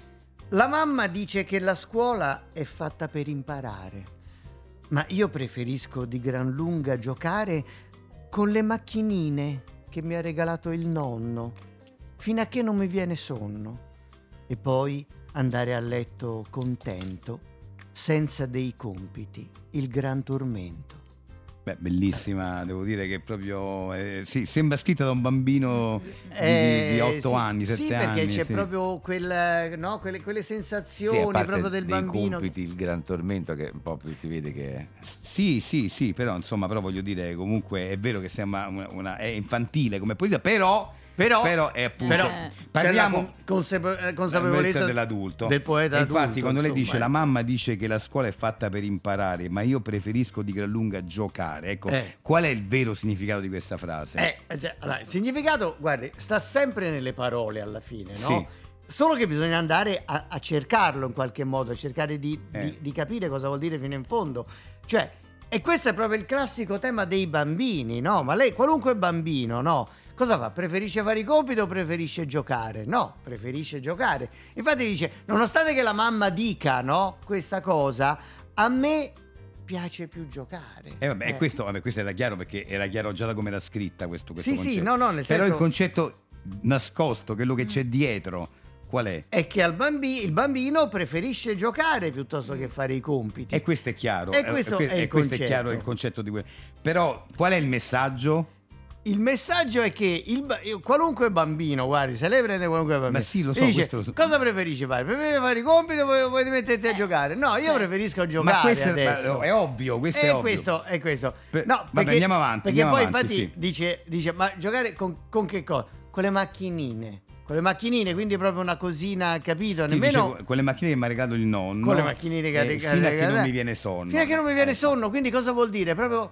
La mamma dice che la scuola è fatta per imparare, ma io preferisco di gran lunga giocare con le macchinine che mi ha regalato il nonno, fino a che non mi viene sonno, e poi andare a letto contento, senza dei compiti, il gran tormento. Beh, bellissima, devo dire che proprio eh, sì, sembra scritta da un bambino di- di, Eh, 8 sì, anni, 7 Sì, anni. perché c'è sì. proprio quel, no, quelle, quelle Sì, a sensazioni parte proprio del dei bambino. compiti, il gran tormento che un po' più si vede che... Sì, sì, sì, però insomma, però voglio dire, comunque è vero che sembra una, una- è infantile come poesia, però, Però- è appunto però c'è la parliamo con- consape- eh, Consapevolezza consapevolezza dell'adulto. del poeta E infatti, adulto, quando lei insomma, dice la ecco. mamma dice che la scuola è fatta per imparare, ma io preferisco di gran lunga giocare. Ecco, Eh. qual è il vero significato di questa frase? Eh, cioè, allora, il significato, guardi, sta sempre nelle parole alla fine, no? Sì. Solo che bisogna andare a, a cercarlo in qualche modo, a cercare di, di- Eh. di capire cosa vuol dire fino in fondo. Cioè, e questo è proprio il classico tema dei bambini, no? Ma lei, qualunque bambino, no? Cosa fa? Preferisce fare i compiti o preferisce giocare? No, preferisce giocare. Infatti dice, nonostante che la mamma dica, no, questa cosa, a me piace più giocare. Eh, vabbè, e Eh. questo, vabbè, questo era chiaro perché era chiaro già da come era scritta questo, questo Sì, sì, concetto. no, no, nel Però senso- Mm. il concetto nascosto, quello che c'è dietro, qual è? è che al bambi- il bambino preferisce giocare piuttosto che fare i compiti. E questo è chiaro. eh, E questo que- è il e questo concetto. chiaro il concetto di que- Però qual è il messaggio? Il messaggio è che il ba- qualunque bambino, guardi, se lei prende qualunque bambino, sì, lo so, gli dice, questo lo so. cosa preferisci fare? Preferisci fare i compiti o vuoi, vuoi metterti a giocare? No, io certo. preferisco ma giocare questo è, adesso. ma- è ovvio, questo E è ovvio. questo è questo. Per- No, vabbè, andiamo avanti, Perché andiamo poi avanti, infatti sì. dice, dice, ma giocare con, con che cosa? Con le macchinine. Con le macchinine, quindi proprio una cosina, capito? Sì, Nemmeno... dice, con le macchine che mi ha regalato il nonno. con le macchinine che ha eh, regalato- Fino a che non mi viene sonno. Ecco. Eh. Fino a che non mi viene sonno, quindi cosa vuol dire? Proprio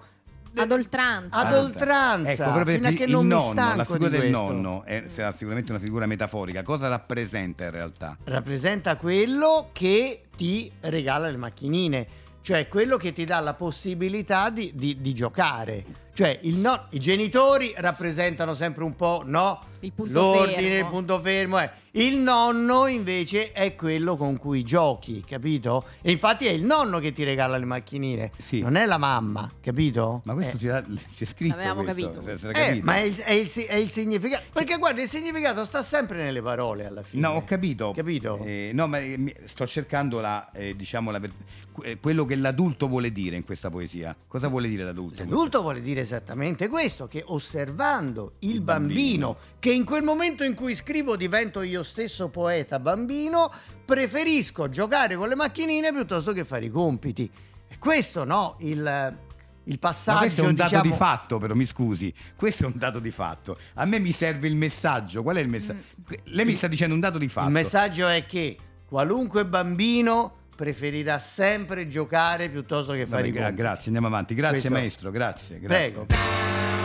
Ad oltranza. ad oltranza, Ecco, proprio fino a il- che il non nonno, mi stanco la figura di del questo. nonno è sarà sicuramente una figura metaforica. Cosa rappresenta in realtà? Rappresenta quello che ti regala le macchinine, cioè quello che ti dà la possibilità di, di- di giocare. Cioè, il no- i genitori rappresentano sempre un po', no? Il punto L'ordine, il fermo. punto fermo. eh. Il nonno invece è quello con cui giochi, capito? E infatti è il nonno che ti regala le macchinine, Sì. non è la mamma, capito? Ma questo Eh. ci ha- c'è scritto. L'avevamo questo, capito. se l'ha Eh, capito. ma è il, è il si- è il significato. Perché guarda, il significato sta sempre nelle parole alla fine. No, ho capito. Capito? Eh, no, ma eh, mi- sto cercando la, eh, diciamo, la ver- que- quello che l'adulto vuole dire in questa poesia. Cosa vuole dire l'adulto? L'adulto vuole dire esattamente questo, che osservando il, bambino, che in quel momento in cui scrivo divento io stesso poeta bambino, preferisco giocare con le macchinine piuttosto che fare i compiti. E questo no, il, il passaggio... Ma questo è un dato di diciamo- fatto, però mi scusi. Questo è un dato di fatto. A me mi serve il messaggio. Qual è il messaggio? Mm. Lei mi sta dicendo un dato di fatto. Il messaggio è che qualunque bambino preferirà sempre giocare piuttosto che fare Vabbè, i gra- compiti. grazie, andiamo avanti. Grazie Questo- maestro, grazie, grazie. Prego.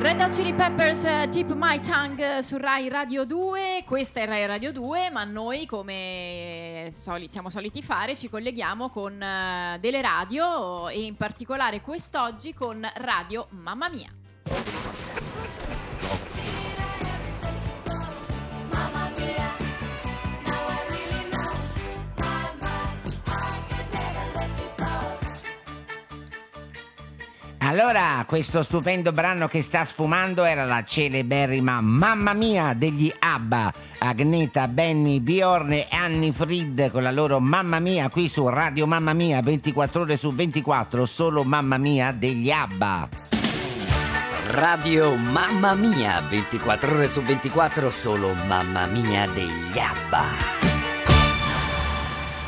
Red Hot Chili Peppers eh, Tip My Tongue eh, su Rai Radio 2, questa è Rai Radio 2, ma noi come eh, soli- siamo soliti fare ci colleghiamo con eh, delle radio e in particolare quest'oggi con Radio Mamma Mia. Allora, questo stupendo brano che sta sfumando era la celeberrima Mamma mia degli ABBA, Agneta, Benny, Bjorn e Annie Fried con la loro Mamma mia qui su Radio Mamma mia 24 ore su 24, solo Mamma mia degli ABBA. Radio Mamma Mia, 24 ore su 24, solo Mamma Mia degli ABBA.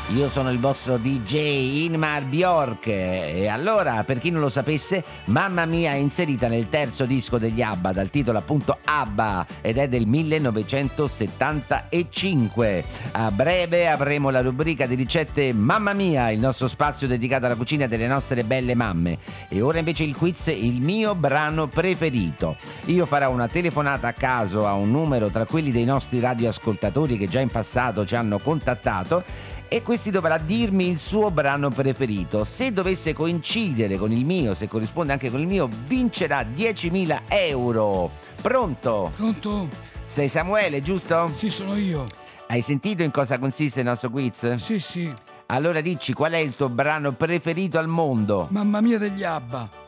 Io sono il vostro DJ Inmar Bjork e allora, per chi non lo sapesse, Mamma Mia è inserita nel terzo disco degli ABBA dal titolo appunto ABBA ed è del 1975. A breve avremo la rubrica di ricette Mamma Mia, il nostro spazio dedicato alla cucina delle nostre belle mamme. E ora invece il quiz Il mio brano preferito. Io farò una telefonata a caso a un numero tra quelli dei nostri radioascoltatori che già in passato ci hanno contattato e questi dovrà dirmi il suo brano preferito. Se dovesse coincidere con il mio, se corrisponde anche con il mio, vincerà 10.000 euro. Pronto? Pronto? Sei Samuele, giusto? Sì, sono io. Hai sentito in cosa consiste il nostro quiz? Sì, sì. Allora dici qual è il tuo brano preferito al mondo? Mamma mia degli ABBA.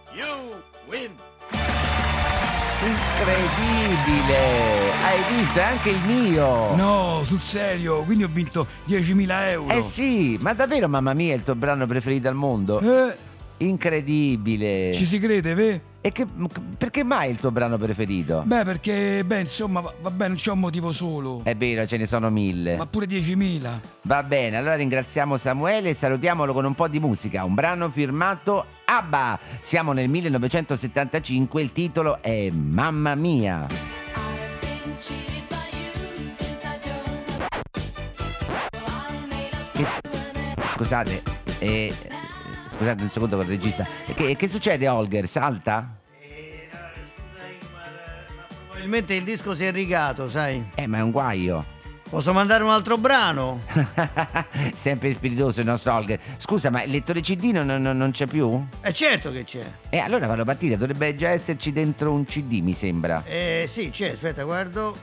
Incredibile! Hai vinto anche il mio! No, sul serio, quindi ho vinto 10.000 euro. Eh sì, ma davvero mamma mia è il tuo brano preferito al mondo? Eh. Incredibile! Ci si crede, ve? E che- perché mai è il tuo brano preferito? Beh, perché, beh, insomma, va- vabbè, non c'è un motivo solo. È vero, ce ne sono mille. Ma pure 10.000. Va bene, allora ringraziamo Samuele e salutiamolo con un po' di musica. Un brano firmato ABBA. Siamo nel 1975, il titolo è Mamma mia. Scusate, eh, scusate un secondo con il regista. Che, che succede Holger? Salta? Eh, Probabilmente il disco si è rigato, sai. Eh, ma è un guaio. Posso mandare un altro brano? Sempre spiritoso il nostro Holger. Scusa, ma il lettore CD non- non- non c'è più? Eh certo che c'è. E allora vado a partire, dovrebbe già esserci dentro un CD, mi sembra. Eh sì, c'è, aspetta, guardo.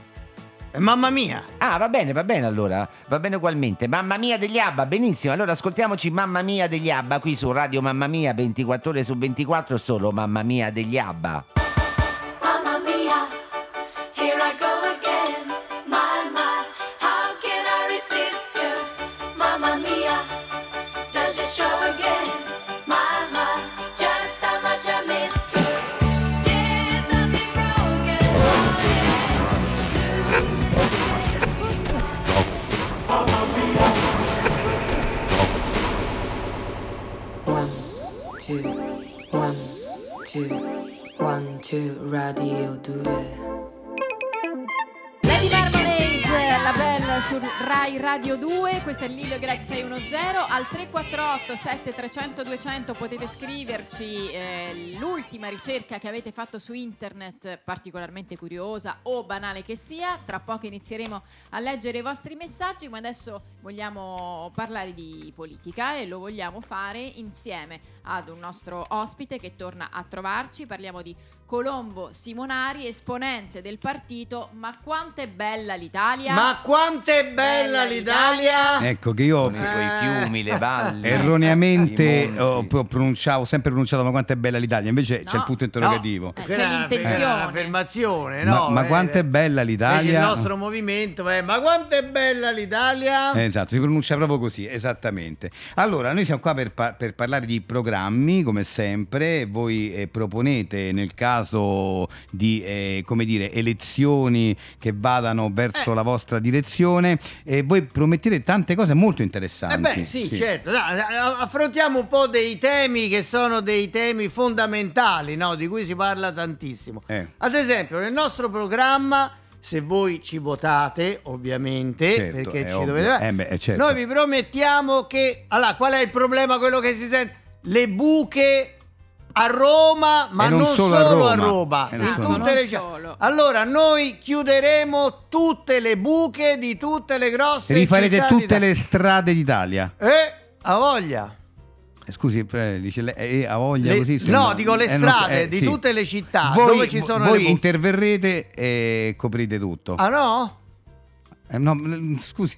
Eh, mamma mia! Ah, va bene, va bene allora, va bene ugualmente. Mamma mia degli ABBA, benissimo. Allora ascoltiamoci Mamma mia degli ABBA qui su Radio Mamma mia 24 ore su 24, solo Mamma mia degli ABBA. Mamma mia, here I go again. My, my, how can I resist you? Mamma mia, does it show again? My, my, just how much I missed you. There's something broken. One, two, one, two, one, two, radio 2. Lady Marmalade, la bella su Rai Radio 2, questa è Lilo e Greg 610, al 348 7300 200 potete scriverci eh, l'ultima ricerca che avete fatto su internet, particolarmente curiosa o banale che sia, tra poco inizieremo a leggere i vostri messaggi, ma adesso vogliamo parlare di politica e lo vogliamo fare insieme ad un nostro ospite che torna a trovarci, parliamo di Colombo Simonari, esponente del partito Ma quanto è bella l'Italia! Ma quanto è bella l'Italia! Eh. Ecco che io Con Ah. i suoi fiumi, le valli. i erroneamente monti. ho pro- pronunciavo sempre pronunciato ma quanto è bella l'Italia, invece c'è il punto interrogativo. Quella era una- era Un'affermazione, Ma, Eh, no? ma eh, quanto è bella invece il l'Italia? nostro movimento è ma quanto è bella l'Italia! Eh, Esatto, si pronuncia proprio così, esattamente. Allora, noi siamo qua per, pa- per parlare di programmi, come sempre, voi eh, proponete nel caso di, eh, come dire, elezioni che vadano verso Eh. la vostra direzione e voi promettete tante cose molto Eh interessanti. beh, sì, certo. Dai, a- affrontiamo un po' dei temi che sono dei temi fondamentali, no? di cui si parla tantissimo. Eh. Ad esempio, nel nostro programma, se voi ci votate, ovviamente, Certo, perché è ci ovvio. dovete Eh beh, eh, certo. noi vi promettiamo che allora qual è il problema quello che si sente? Le buche a Roma, ma E non, solo, a Roma, Eh, in non solo. tutte Non le città. Allora noi chiuderemo tutte le buche di tutte le grosse Rifarete città tutte d'Italia. le strade d'Italia. Eh, a voglia. Eh, Scusi, eh, dice lei, eh, ha voglia Le- così? no, sembra- dico le eh, non- strade eh, di sì. tutte le città Voi, dove ci sono voi le buche. interverrete e coprite tutto. Ah no? Eh, no, mm, scusi.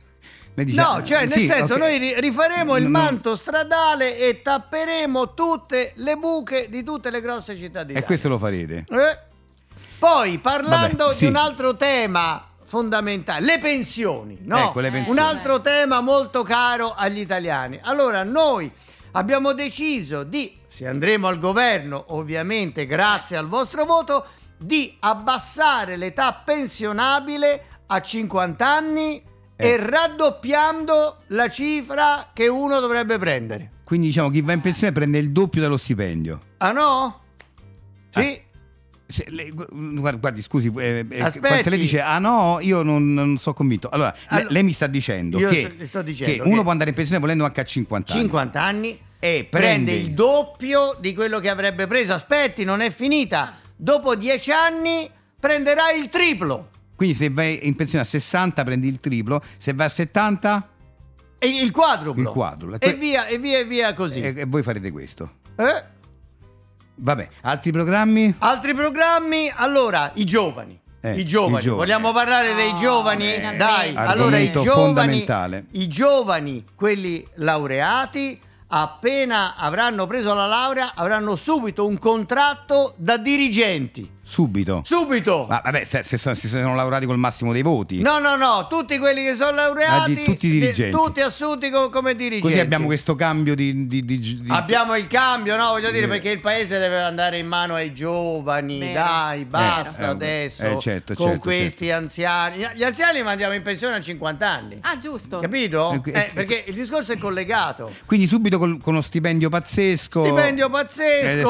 lei dice- eh, No, cioè nel sì, senso ok. noi ri- rifaremo il No, no. manto stradale e tapperemo tutte le buche di tutte le grosse città E d'Italia. questo lo farete. Eh? Poi parlando Vabbè, di sì. un altro tema fondamentale, le pensioni, no? Ecco, le pensioni. Un altro tema molto caro agli italiani. Allora noi abbiamo deciso di, se andremo al governo, ovviamente grazie al vostro voto, di abbassare l'età pensionabile a 50 anni Eh. e raddoppiando la cifra che uno dovrebbe prendere. Quindi diciamo chi va in pensione prende il doppio dello stipendio. Ah no? Sì. Eh, Se lei- gu- guardi, guardi, scusi, eh, eh, Aspetti. quando lei dice ah no, io non, non sono convinto. Allora, le- Allora, lei mi sta dicendo io che, sto- le sto dicendo che uno che- può andare in pensione volendo anche a 50 anni. 50 anni E prende prende il doppio di quello che avrebbe preso. Aspetti, non è finita. Dopo 10 anni prenderà il triplo. Quindi se vai in pensione a 60 prendi il triplo, se vai a 70 E il quadruplo. il quadruplo. Eh. E via, e via, e via così. E, e voi farete questo. Eh? Vabbè, altri programmi? Altri programmi? Allora, i giovani. Eh, I giovani. i giovani. Vogliamo parlare dei giovani? eh, Dai, argomento allora i giovani, fondamentale. i giovani, quelli laureati, appena avranno preso la laurea, avranno subito un contratto da dirigenti. Subito. Subito! Ma vabbè, se, se sono, se sono lavorati col massimo dei voti. No, no, no, tutti quelli che sono laureati, Ah, di tutti i di- dirigenti. tutti assunti co- come dirigenti. Così abbiamo questo cambio di... di- di- di- Abbiamo il cambio, no? Voglio dire, Eh. perché il paese deve andare in mano ai giovani, Vero. dai, basta eh, adesso eh, certo, con certo, questi anziani. Gli anziani li mandiamo in pensione a 50 anni, Ah, giusto. capito? Eh, Eh, perché il discorso è collegato. Quindi subito col- con uno stipendio pazzesco. Stipendio Eh, pazzesco,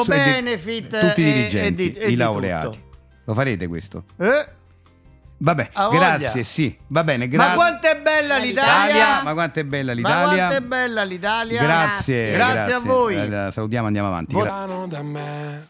adesso è di- benefit, Tutti i eh, dirigenti, e di- e i di laureati. tutto. Lo farete questo? Eh? Vabbè, Ha voglia. grazie, sì. Va bene, Ma grazie. quanto è bella l'Italia! Ma quanto è bella Ma l'Italia. quanto è bella l'Italia! Grazie, grazie a voi! Eh, salutiamo, andiamo avanti. Gra-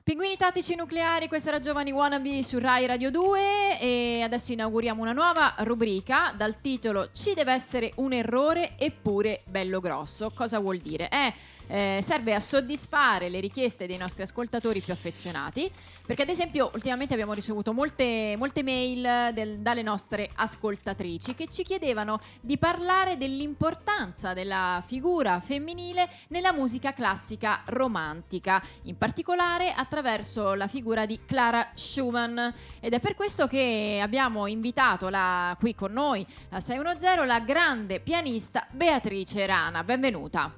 Pinguini tattici nucleari, questa era Giovani Wannabe su Rai Radio 2 e adesso inauguriamo una nuova rubrica dal titolo Ci deve essere un errore eppure bello grosso. Cosa vuol dire? Eh, eh, serve a soddisfare le richieste dei nostri ascoltatori più affezionati perché ad esempio ultimamente abbiamo ricevuto molte, molte mail del- dalle nostre ascoltatrici che ci chiedevano di parlare dell'importanza della figura femminile nella musica classica romantica, in particolare attraverso la figura di Clara Schumann. Ed è per questo che abbiamo invitato la- qui con noi a 610 la grande pianista Beatrice Rana. Benvenuta.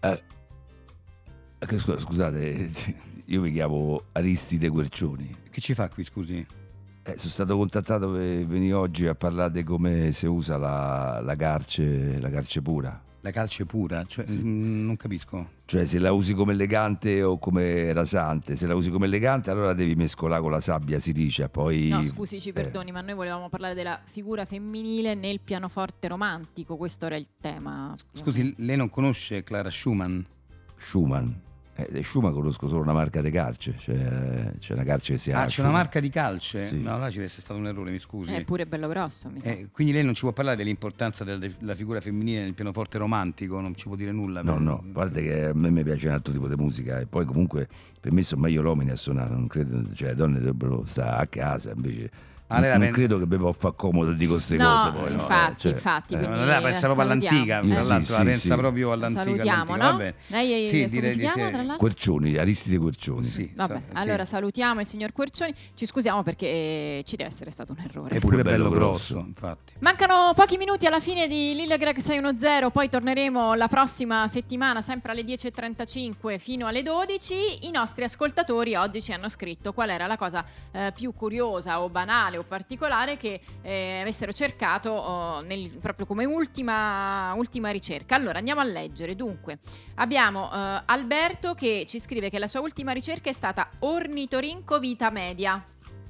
Eh, eh, che scu- scusate, io mi chiamo Aristide Guercioni. Che ci fa qui, scusi? Eh, sono stato contattato per venire oggi a parlare di come si usa la, la carce, la carce pura. La calce pura, cioè, mm, non capisco. Cioè se la usi come elegante o come rasante. Se la usi come elegante allora la devi mescolare con la sabbia siricia, poi... No, scusi, ci eh, perdoni, ma noi volevamo parlare della figura femminile nel pianoforte romantico, questo era il tema. Scusi, lei non conosce Clara Schumann? Schumann. Eh, di Schumann conosco solo una marca di carce. C'è, c'è una carce che si chiama ah, c'è una Schumann. marca di calce? Sì. No, là ci deve essere stato un errore, mi scusi. È pure bello grosso, mi sa. Eh, quindi lei non ci può parlare dell'importanza della, della figura femminile nel pianoforte romantico, non ci può dire nulla. No, per- no, guarda che a me mi piace un altro tipo di musica e poi comunque per me sono meglio l'uomini a suonare, non credo, cioè le donne dovrebbero stare a casa, invece Allora, non pen- credo che Beppo fa comodo di queste No, cose eh, poi. infatti, cioè, infatti, quindi allora la pensa proprio salutiamo, all'antica, eh. tra l'altro, la Sì, sì, pensa sì. proprio all'antica. Salutiamo, all'antica, no? va bene. Lei, eh, Sì, come direi si di chiama, sì. tra l'altro? Quercioni, Aristide Quercioni. Vabbè, allora salutiamo il signor Quercioni, ci scusiamo perché eh, ci deve essere stato un errore. Eppure bello grosso, infatti. Mancano pochi minuti alla fine di Lilla Greg 610, poi torneremo la prossima settimana sempre alle 10.35 fino alle 12. I nostri ascoltatori oggi ci hanno scritto qual era la cosa eh, più curiosa o banale o particolare che eh, avessero cercato oh, nel- proprio come ultima, ultima ricerca. Allora andiamo a leggere. Dunque, abbiamo eh, Alberto che ci scrive che la sua ultima ricerca è stata ornitorinco vita media.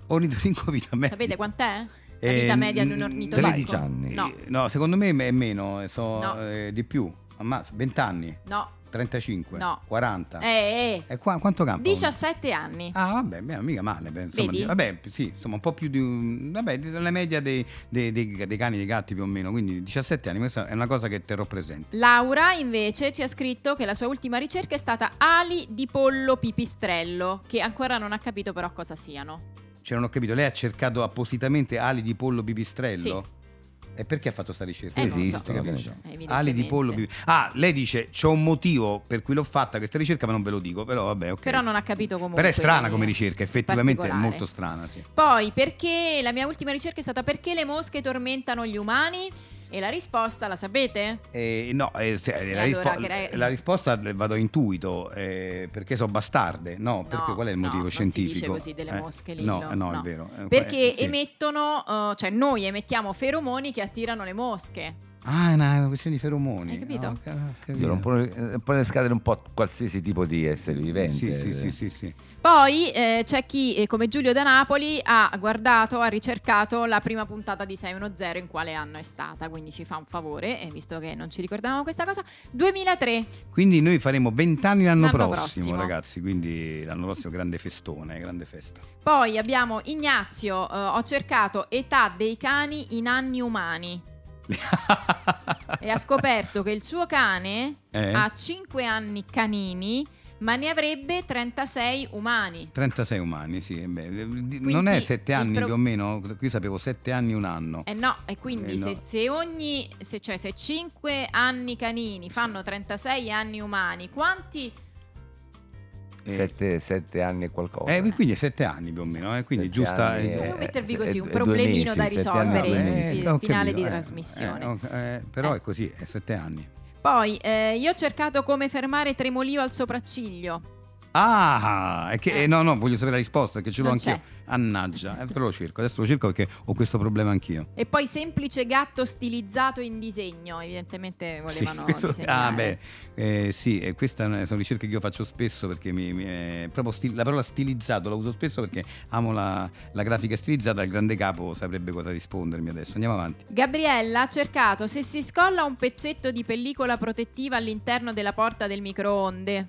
Ornitorinco vita media. Sapete quant'è? La vita Eh, media di un mm, ornitorinco? 13 anni. No. No, secondo me è meno, eh, so, No. eh, di più. Ma 20 anni, No, 35, No. 40. Eh, eh. E qua, quanto campo? 17 anni. Ah, vabbè, beh, mica male. beh, insomma, Vedi? di- vabbè, sì, insomma, un po' più di un- vabbè, di- la media dei, dei- dei- dei cani e dei gatti più o meno. Quindi 17 anni, questa è una cosa che terrò presente. Laura invece ci ha scritto che la sua ultima ricerca è stata ali di pollo pipistrello, che ancora non ha capito però cosa siano. Cioè, non ho capito, lei ha cercato appositamente ali di pollo pipistrello? E perché ha fatto sta ricerca? Eh, non lo so. Esiste, capisci? Eh, evidentemente. Ali di pollo pipistrello. Ah, lei dice c'è un motivo per cui l'ho fatta questa ricerca, ma non ve lo dico, però vabbè, ok. Però non ha capito comunque. Però è strana quindi- come ricerca, effettivamente è particolare. molto strana. Sì. Poi perché la mia ultima ricerca è stata perché le mosche tormentano gli umani? E la risposta la sapete? Eh, no, eh, se- eh, la, allora, rispo- Gre- la risposta le vado intuito eh, perché sono bastarde. No, perché qual è il no, motivo non si scientifico? dice così delle Eh, mosche lì, No, no, eh, no, è vero. Eh, Perché eh, sì. emettono, eh, cioè noi emettiamo feromoni che attirano le mosche. Ah, è una questione di feromoni. Hai capito? Ah, ok, ah, capito. Io non può, eh, può scadere un po' qualsiasi tipo di essere vivente. Sì, sì, sì, sì, Poi eh, c'è chi, eh, come Giulio da Napoli, ha guardato, ha ricercato la prima puntata di 610 in quale anno è stata, quindi ci fa un favore, eh, visto che non ci ricordavamo questa cosa. 2003, Quindi noi faremo 20 anni l'anno, L'anno prossimo, prossimo. ragazzi. Quindi l'anno prossimo grande festone, grande festa. poi abbiamo Ignazio, eh, ho cercato età dei cani in anni umani e ha scoperto che il suo cane Eh? ha 5 anni canini, ma ne avrebbe 36 umani. 36 umani, sì. eh, beh, di- non è 7 il anni pro- più o meno? Qui sapevo 7 anni un anno. Eh no, e quindi Eh se, no. se ogni, se, cioè se 5 anni canini fanno 36 anni umani, quanti? Eh, eh, Sette, sette anni e qualcosa. Eh, quindi è 7 anni più o meno, eh, quindi Sette giusta. anni, eh, Devo mettervi eh, così, un eh, due mesi, problemino da sette anni e risolvere due in mesi. fi- ho finale di capito, eh, trasmissione. eh, ho- eh, però è così, è 7 anni. Poi, eh, io ho cercato come fermare Tremolio al sopracciglio. Ah, è che, eh, no, no, voglio sapere la risposta perché ce l'ho Non anch'io. Annaggia, eh, però lo cerco, adesso lo cerco perché ho questo problema anch'io. E poi semplice gatto stilizzato in disegno, evidentemente Sì, volevano questo- disegnare. ah, beh, eh, sì, eh, questa è una- sono ricerche che io faccio spesso perché mi, mi- eh, proprio sti- la parola stilizzato la uso spesso perché amo la, la grafica stilizzata. Il grande capo saprebbe cosa rispondermi adesso. Andiamo avanti. Gabriella ha cercato se si scolla un pezzetto di pellicola protettiva all'interno della porta del microonde.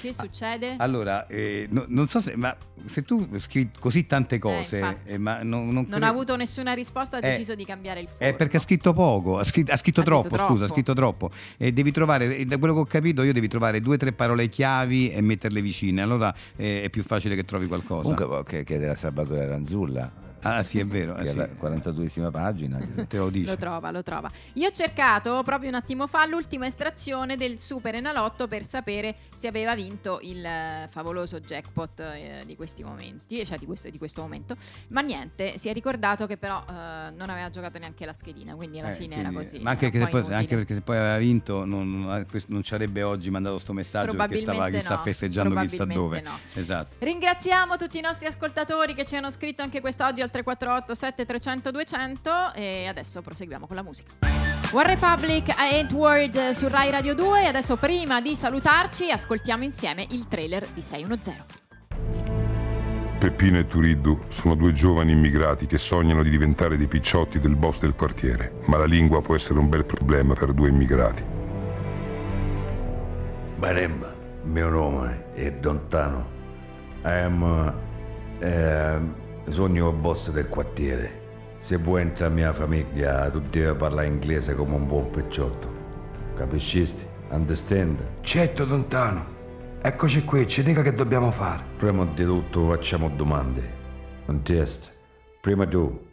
Che succede? Allora, eh, no- non so se, ma se tu scrivi così tante cose, infatti. eh, ma non, non credo- ha avuto nessuna risposta, ha Eh, deciso di cambiare il forno. Eh, perché ha scritto poco, ha scritto, ha scritto Ha detto troppo, scusa, ha troppo. scritto troppo. E devi trovare, e da quello che ho capito, io devi trovare due o tre parole chiavi e metterle vicine. Allora eh, è più facile che trovi qualcosa. Comunque può che chiedere a Salvatore Ranzulla. Ah, sì, è vero, eh, Che sì. alla 42esima pagina. Te lo Lo dice. trova, lo trova. Io ho cercato proprio un attimo fa l'ultima estrazione del Super Enalotto per sapere se aveva vinto il eh, favoloso jackpot eh, di questi momenti, cioè di questo, di questo momento. Ma niente, si è ricordato che però eh, non aveva giocato neanche la schedina, quindi alla Eh, fine quindi- era così. Ma anche, era che un se po' poi- inutile. anche perché se poi aveva vinto, non, non- questo- non ci avrebbe oggi mandato sto messaggio perché stava Probabilmente chissà no, festeggiando chissà dove. probabilmente Esatto. Ringraziamo tutti i nostri ascoltatori che ci hanno scritto anche quest'oggi al 348 7300 200 e adesso proseguiamo con la musica. One Republic a Ain't World eh, su Rai Radio 2 e adesso prima di salutarci ascoltiamo insieme il trailer di 610. Peppino e Turiddu sono due giovani immigrati che sognano di diventare dei picciotti del boss del quartiere, ma la lingua può essere un bel problema per due immigrati. Baremba, mio nome è Dontano. Am, ehm, sogno il boss del quartiere. Se vuoi entrare nella mia famiglia, tu devi parlare inglese come un buon pecciotto. Capiscisti? Understand? Certo, Dontano. Eccoci qui, ci dica che dobbiamo fare. Prima di tutto facciamo domande. Un test. Prima tu.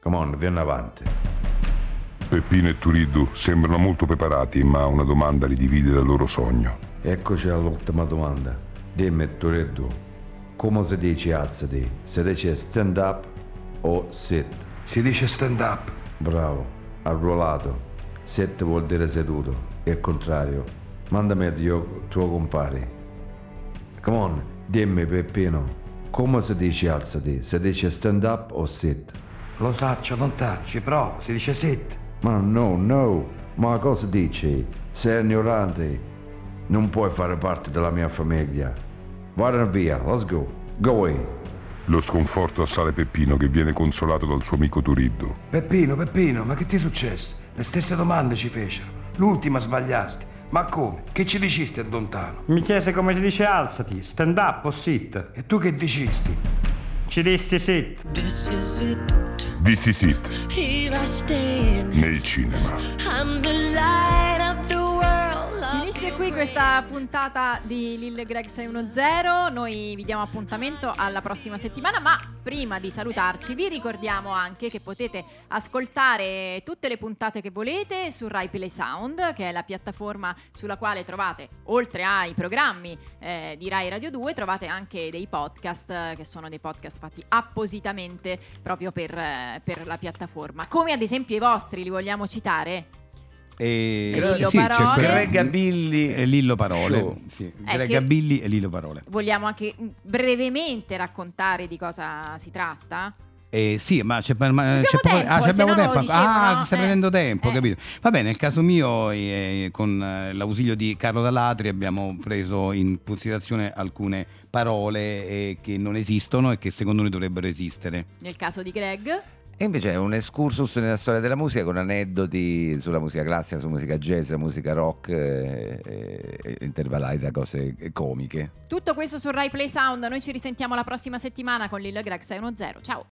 Come on, vieni avanti. Peppino e Turiddu sembrano molto preparati, ma una domanda li divide dal loro sogno. Eccoci all'ultima domanda. Dimmi, Toretto, come si dice alzati? Si dice stand up o sit? Si dice stand up. Bravo, arruolato. Sit vuol dire seduto, Eh, è il contrario. Mandami a Dio tuo compare. Come on, dimmi Peppino, come si dice alzati? Si dice stand up o sit? Lo saccio, non tacci, provo, si dice sit. Ma no, no, ma cosa dici? Sei ignorante, non puoi fare parte della mia famiglia. Vada via, let's go, go away. Lo sconforto assale Peppino che viene consolato dal suo amico Turiddu. Peppino, Peppino, ma che ti è successo? Le stesse domande ci fecero. L'ultima sbagliasti. Ma come? Che ci dicisti a Dontano? Mi chiese come si dice alzati, stand up o sit. E tu che dicisti? Ci dissi sit. This is it. This is it Here I stand. nei cinema. I'm the light of the world. Finisce qui questa puntata di Lil Greg 610. Noi vi diamo appuntamento alla prossima settimana, ma prima di salutarci vi ricordiamo anche che potete ascoltare tutte le puntate che volete su Rai Play Sound, che è la piattaforma sulla quale trovate, oltre ai programmi eh, di Rai Radio 2, trovate anche dei podcast, eh, che sono dei podcast fatti appositamente proprio per, eh, per la piattaforma. Come ad esempio i vostri, li vogliamo citare? E... Lillo Parole. Gregabilli e Lillo Parole. Show. Sì. Eh, Gregabilli e Lillo Parole. Vogliamo anche mm, brevemente raccontare di cosa si tratta? Eh, sì, ma c'è, ma- ma- c'è poco- tempo, ah, se abbiamo no lo tempo. dicevano, ah, ti stai eh. prendendo tempo, capito? Va bene, nel caso mio, eh, con eh, l'ausilio di Carlo Dall'Atri abbiamo preso in considerazione alcune parole eh, che non esistono e che secondo noi dovrebbero esistere. Nel caso di Greg? E invece è un excursus nella storia della musica con aneddoti sulla musica classica, sulla musica jazz, la musica rock, eh, eh, intervallati da cose comiche. Tutto questo su Rai Play Sound, noi ci risentiamo la prossima settimana con Lil Greg 610. Ciao!